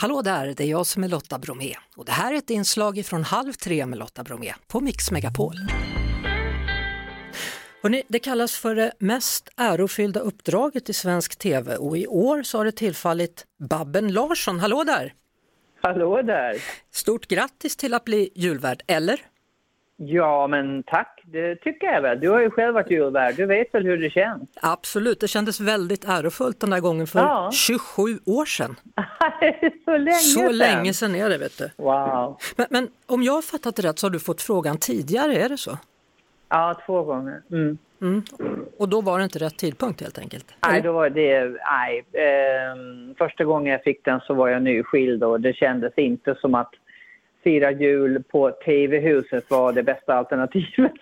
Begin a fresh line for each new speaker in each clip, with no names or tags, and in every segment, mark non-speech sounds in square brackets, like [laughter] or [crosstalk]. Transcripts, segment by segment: Hallå där, det är jag som är Lotta Bromé och det här är ett inslag från Halv tre med Lotta Bromé på Mix Megapol. Hörrni, det kallas för det mest ärofyllda uppdraget i svensk tv och i år så har det tillfallit Babben Larsson. Hallå där!
Hallå där!
Stort grattis till att bli julvärd, eller?
Ja, men tack, det tycker jag väl. Du har ju själv varit julvärd, du vet väl hur det känns? [laughs]
Absolut, det kändes väldigt ärofullt den där gången för
Ja.
27 år sedan.
så länge
Så länge sedan är det vet du.
Wow.
Men, men om jag har fattat det rätt så har du fått frågan tidigare, är det så?
Ja, två gånger. Mm.
Och då var det inte rätt tidpunkt helt enkelt?
Nej, då var det, nej, ehm, första gången jag fick den så var jag nyskild och det kändes inte som att fira jul på TV-huset var det bästa [laughs] alternativet.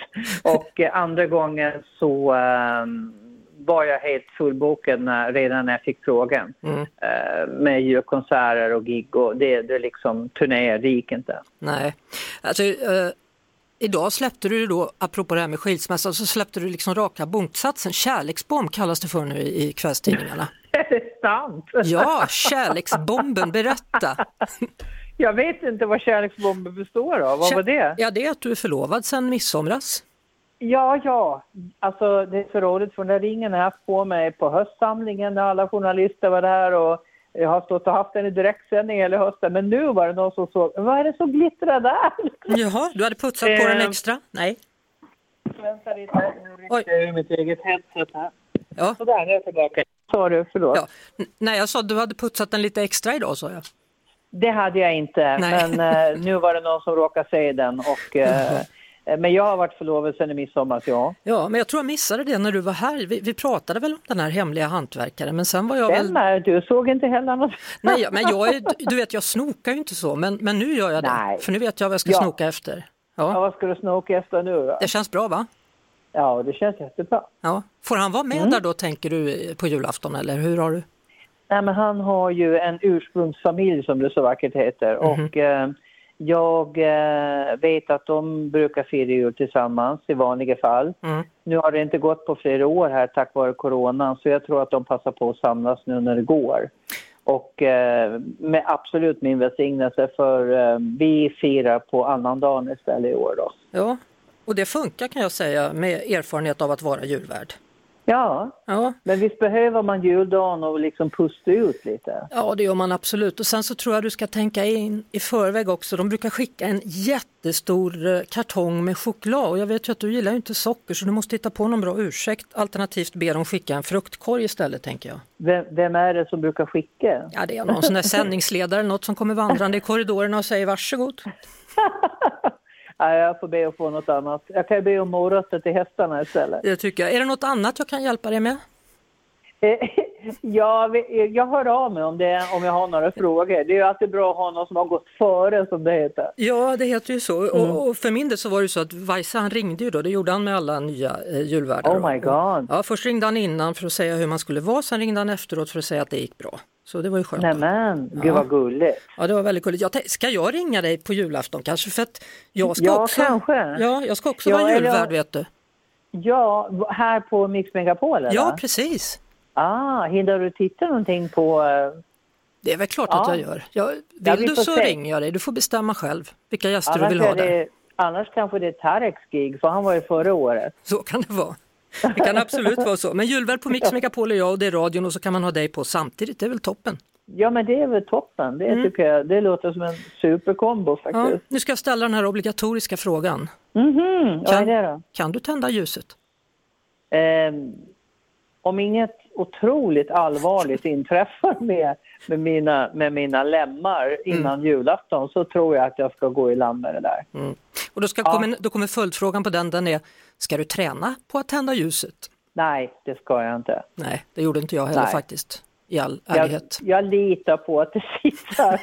Och eh, andra gången så ehm, var jag helt fullbokad när, redan när jag fick frågan. Eh, med ju konserter och gig och det, det liksom turnéer, det gick inte.
Nej. Alltså, eh, idag släppte du ju då, apropå det här med skilsmässa, så släppte du liksom raka buntsatsen, kärleksbomb kallas det för nu i, i kvällstidningarna.
Är det sant? [laughs]
Ja, kärleksbomben, berätta!
Jag vet inte vad kärleksbomber består av, vad var det?
Ja, det är att du är förlovad sedan midsomras.
Ja, ja. Alltså, det är så roligt för den där ringen har jag haft på mig på höstsamlingen när alla journalister var där och jag har stått och haft den i direktsändning hela hösten. Men nu var det någon som såg, vad är det som glittrar där? [laughs] Liksom,
Jaha, du hade putsat på den
Eh.
extra? Nej.
Vänta lite, nu
Oj.
ryckte jag ur mitt eget headset här.
Ja.
Sådär, nu är jag tillbaka. Sa du, förlåt.
Ja. N- Nej, jag sa du hade putsat den lite extra idag, sa jag.
Det hade jag inte,
Nej.
men eh, nu var det någon som råkade säga den. Och, eh, men jag har varit förlovad sedan i midsommar, så ja.
Ja, men jag tror jag missade det när du var här. Vi, vi pratade väl om den här hemliga hantverkaren, men sen var jag väl...
Stämmer, eh, du såg inte heller något.
Nej, jag- men jag är, du vet, jag snokar ju inte så, men, men nu gör jag det.
Nej.
För nu vet jag vad jag ska
Ja.
snoka efter.
Ja,
Ja.
vad ska du snoka efter nu då?
Det känns bra va?
Ja, det känns jättebra.
Ja. Får han vara med
Mm.
där då, tänker du, på julafton eller hur har du?
Nej, men han har ju en ursprungsfamilj som det så vackert heter. Och eh, jag eh, vet att de brukar fira jul tillsammans i vanliga fall.
Mm.
Nu har det inte gått på flera år här tack vare coronan så jag tror att de passar på att samlas nu när det går. Och eh, med absolut min välsignelse för eh, vi firar på annandagen istället i år då.
Ja, och det funkar kan jag säga med erfarenhet av att vara julvärd.
Ja,
Ja.
men visst behöver man juldagen och liksom pusta ut lite?
Ja, det gör man absolut. Och sen så tror jag du ska tänka in i förväg också. De brukar skicka en jättestor eh, kartong med choklad och jag vet ju att du gillar ju inte socker så du måste hitta på någon bra ursäkt. Alternativt be dem skicka en fruktkorg istället, tänker jag.
Vem, vem är det som brukar skicka?
Ja, det är någon sån där sändningsledare eller något som kommer vandrande i korridorerna och säger varsågod.
Nej, jag får be att få något annat. Jag kan ju be om morötter till hästarna istället. [laughs]
Det tycker jag. Är det något annat jag kan hjälpa dig med?
Eh, Jag, vet- jag hör av mig om, det, om jag har några frågor. Det är ju alltid bra att ha någon som har gått före, som det heter.
Ja, det heter ju så. Och, och för min del så var det ju så att Weise han ringde ju då, det gjorde han med alla nya eh, julvärdar.
Oh my God.
Ja, först ringde han innan för att säga hur man skulle vara, sen ringde han efteråt för att säga att det gick bra. Så det var ju skönt.
Nämen, gud vad gulligt.
Ja, det var väldigt gulligt. Jag tänkte, ska jag ringa dig på julafton kanske? För att jag ska
Ja,
också,
kanske.
Ja, jag ska också
Ja,
vara
eller-
julvärd vet du.
Ja, här på Mix Megapol eller?
Ja, precis.
ah, hinner du titta någonting på... eh,
Det är väl klart att
Ja.
jag gör. Jag, vill
Ja, vi
du
får
så
se.
ringer jag dig. Du får bestämma själv vilka gäster du
Annars,
vill ha
är
där.
det, annars kanske det är Tareks gig, för han var ju förra året.
Så kan det vara. Det kan absolut vara så. Men julvärd på
[laughs]
Mix Megapol är jag och det är radion och så kan man ha dig på samtidigt. Det är väl toppen.
Ja, men det är väl toppen. Det,
Mm.
tycker jag, det låter som en superkombo
Ja,
faktiskt.
nu ska jag ställa den här obligatoriska frågan.
Mhm, vad är det då?
kan du tända ljuset?
Eh, om inget otroligt allvarligt inträffar med, med, mina, med mina lemmar innan julafton så tror jag att jag ska gå i land med det där.
Och då, ska komma, då kommer följdfrågan på den, den är, ska du träna på att tända ljuset?
Nej, det ska jag inte.
Nej, det gjorde inte jag heller
Nej.
faktiskt, i all
Jag,
ärlighet.
jag litar på att det sitter.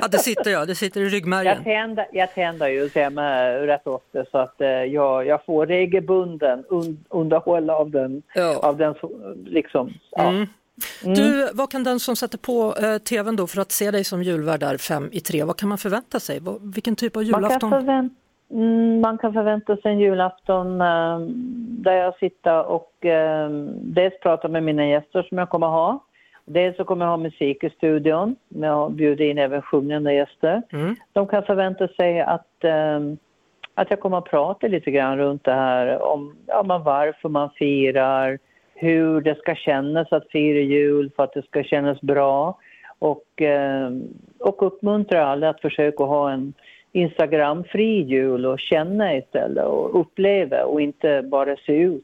Ja, det sitter jag, det sitter i
jag,
ryggmärgen.
tänder, jag tänder ljus hemma rätt ofta så att eh, jag, jag får regelbunden un, underhåll av den,
Ja.
av den som- liksom, ja.
Mm.
Mm.
Du, vad kan den som sätter på eh, tvn då för att se dig som julvärd där fem i tre, vad kan man förvänta sig? Vad- Vilken typ av
Man kan,
julafton?
förvänta, mm, man kan förvänta sig en julafton eh, ehm, där jag sitter och eh, dels pratar med mina gäster som jag kommer ha Dels så kommer jag ha musik i studion, med att bjuda in även sjungande gäster.
Mm.
De kan förvänta sig att, ehm, att jag kommer att prata lite grann runt det här om ja, men varför man firar, hur det ska kännas att fira jul för att det ska kännas bra och, ehm, och uppmuntra alla att försöka ha en Instagramfri jul och känna istället och uppleva och inte bara se ut.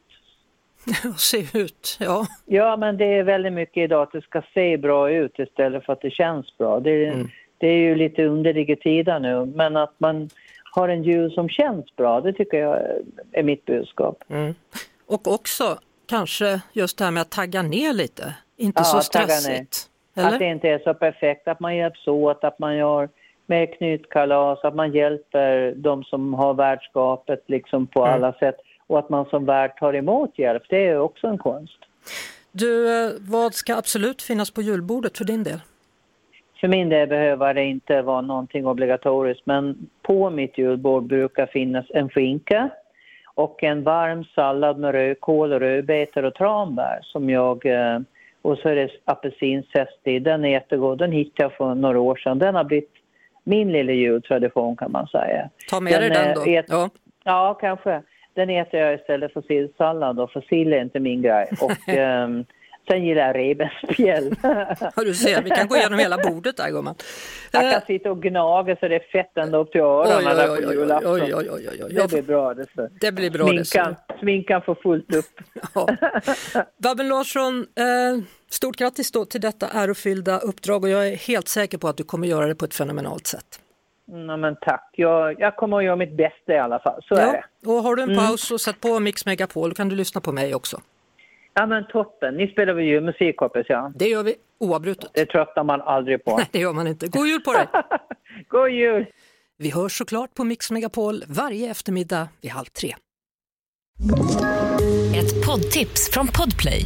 [laughs] Se ut, ja.
Ja, men det är väldigt mycket idag att det ska se bra ut istället för att det känns bra. Det, det är ju lite underliga tider nu, men att man har en jul som känns bra, det tycker jag är mitt budskap.
Och också kanske just det här med att tagga ner lite, inte
Ja,
så
tagga ner.
stressigt.
Att
Eller?
det inte är så perfekt, att man hjälps åt, att man gör mer knytkalas, att man hjälper de som har värdskapet liksom på alla sätt och att man som värd tar emot hjälp, det är ju också en konst.
Du, eh, vad ska absolut finnas på julbordet för din del?
För min del behöver det inte vara någonting obligatoriskt men på mitt julbord brukar finnas en skinka och en varm sallad med rödkål, och rödbetor och tranbär som jag eh, och så är det apelsinzest i. Den är jättegod. Den hittade jag för några år sedan. Den har blivit min lilla jultradition kan man säga.
Ta med dig den då.
eh, Är,
Ja.
Ja, kanske. Den äter jag istället för sillsallad då, för sill är inte min grej. Och, ehm, sen gillar jag revbensspjäll. [laughs]
Ja, du ser, vi kan gå igenom hela bordet där gumman.
Jag
Eh,
kan sitta och gnaga så det är fett ända upp till öronen där på julafton.
oj, oj, oj, oj, oj.
Det blir bra det. Så.
Det blir bra det.
Sminkan,
så.
sminkan får fullt upp.
Ja. Babben Larsson, eh, stort grattis då till detta ärofyllda uppdrag och jag är helt säker på att du kommer göra det på ett fenomenalt sätt.
Mm, Ja, men tack, jag, jag kommer att göra mitt bästa i alla fall. Så är det. Mm.
och har du en paus och sätt på Mix Megapol då kan du lyssna på mig också.
Ja men toppen, ni spelar väl julmusik hoppas jag?
Det gör vi oavbrutet.
Det tröttnar man aldrig
[laughs]
på.
Nej, det gör man inte. God jul på dig!
God jul!
Vi hörs såklart på Mix Megapol varje eftermiddag vid halv tre.
Ett poddtips från Podplay.